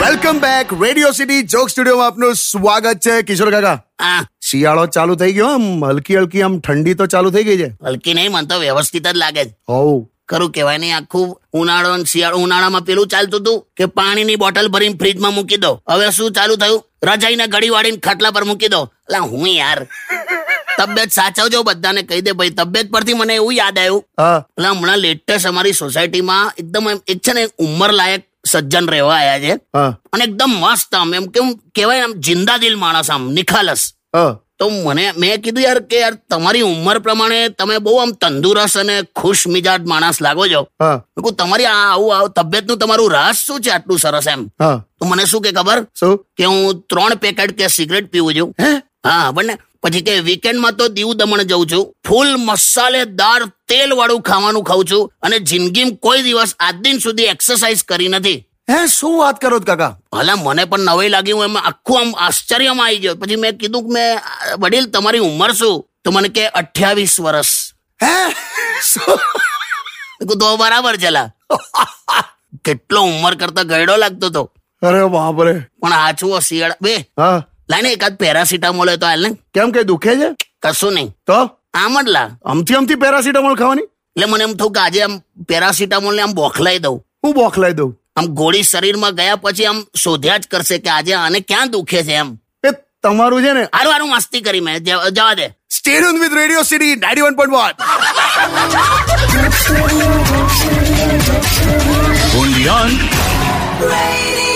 Welcome back radio city joke સ્ટુડિયોમાં આપનું સ્વાગત છે કિશોર કાકા હા શિયાળો ચાલુ થઈ ગયો આમ હલકી હલકી આમ ઠંડી તો ચાલુ થઈ ગઈ છે હલકી નહીં મને તો વ્યવસ્થિત જ લાગે છે હોવ ખરું કહેવાય નહીં આખું ઉનાળો અને શિયાળો ઉનાળામાં પેલું ચાલતું હતું કે પાણીની બોટલ ભરીને ફ્રીજમાં મૂકી દો હવે શું ચાલુ થયું રજાઈને ઘડી વાળીને ખાટલા પર મૂકી દો અલા હું યાર તબિયત સાચવજો બધાને કહી દે ભાઈ તબિયત પરથી મને એવું યાદ આવ્યું હા એટલે હમણાં લેટેસ્ટ અમારી સોસાયટીમાં એકદમ એમ એક છે ને ઉંમર લાયક સજ્જન રહેવા આવ્યા છે હા અને એકદમ મસ્ત આમ એમ કેમ કહેવાય આમ જિંદા દિલ માણસ આમ નિખાલસ હા તો મને મેં કીધું યાર કે યાર તમારી ઉંમર પ્રમાણે તમે બહુ આમ તંદુરસ્ત અને ખુશ મિજાજ માણસ લાગો છો હા મેં કીધું તમારી આ આવું આવું તબિયતનું તમારું રાસ શું છે આટલું સરસ એમ હા તો મને શું કે ખબર શું કે હું ત્રણ પેકેટ કે સિગરેટ પીવું છું હે હા પણ પછી કે વીકેન્ડમાં તો દીવ દમણ જઉં છું ફૂલ મસાલેદાર તેલ વાળું ખાવાનું ખાઉં છું અને જિંદગીમાં કોઈ દિવસ આજ દિન સુધી એક્સરસાઇઝ કરી નથી હે શું વાત કરો છો કાકા ભલા મને પણ નવાઈ લાગી હું એમાં આખું આમ આશ્ચર્યમાં આવી ગયો પછી મેં કીધું કે મેં આ, વડીલ તમારી ઉંમર શું તો મને કે અઠ્યાવીસ વર્ષ હે શું? મેં કીધું તો બરાબર છે લા કેટલો ઉંમર કરતા ગયડો લાગતો હતો અરે બાપ રે પણ હાચવો શિયાળ બે હા લાઈને એકાદ પેરાસિટામોલ હોય તો હાલ ને કેમ કે દુખે છે કશું નહીં તો આમ જ લા આમથી આમથી પેરાસિટામોલ ખાવાની એટલે મને એમ થયું કે આજે આમ પેરાસિટામોલ ને આમ બોખલાઈ દઉં હું બોખલાઈ દઉં આમ ગોળી શરીરમાં ગયા પછી આમ શોધ્યા જ કરશે કે આજે આને ક્યાં દુખે છે એમ એ તમારું છે ને હારું હારું મસ્તી કરી મેં જવા જવા દે stadium with radio city ninety one point one Undian. Radio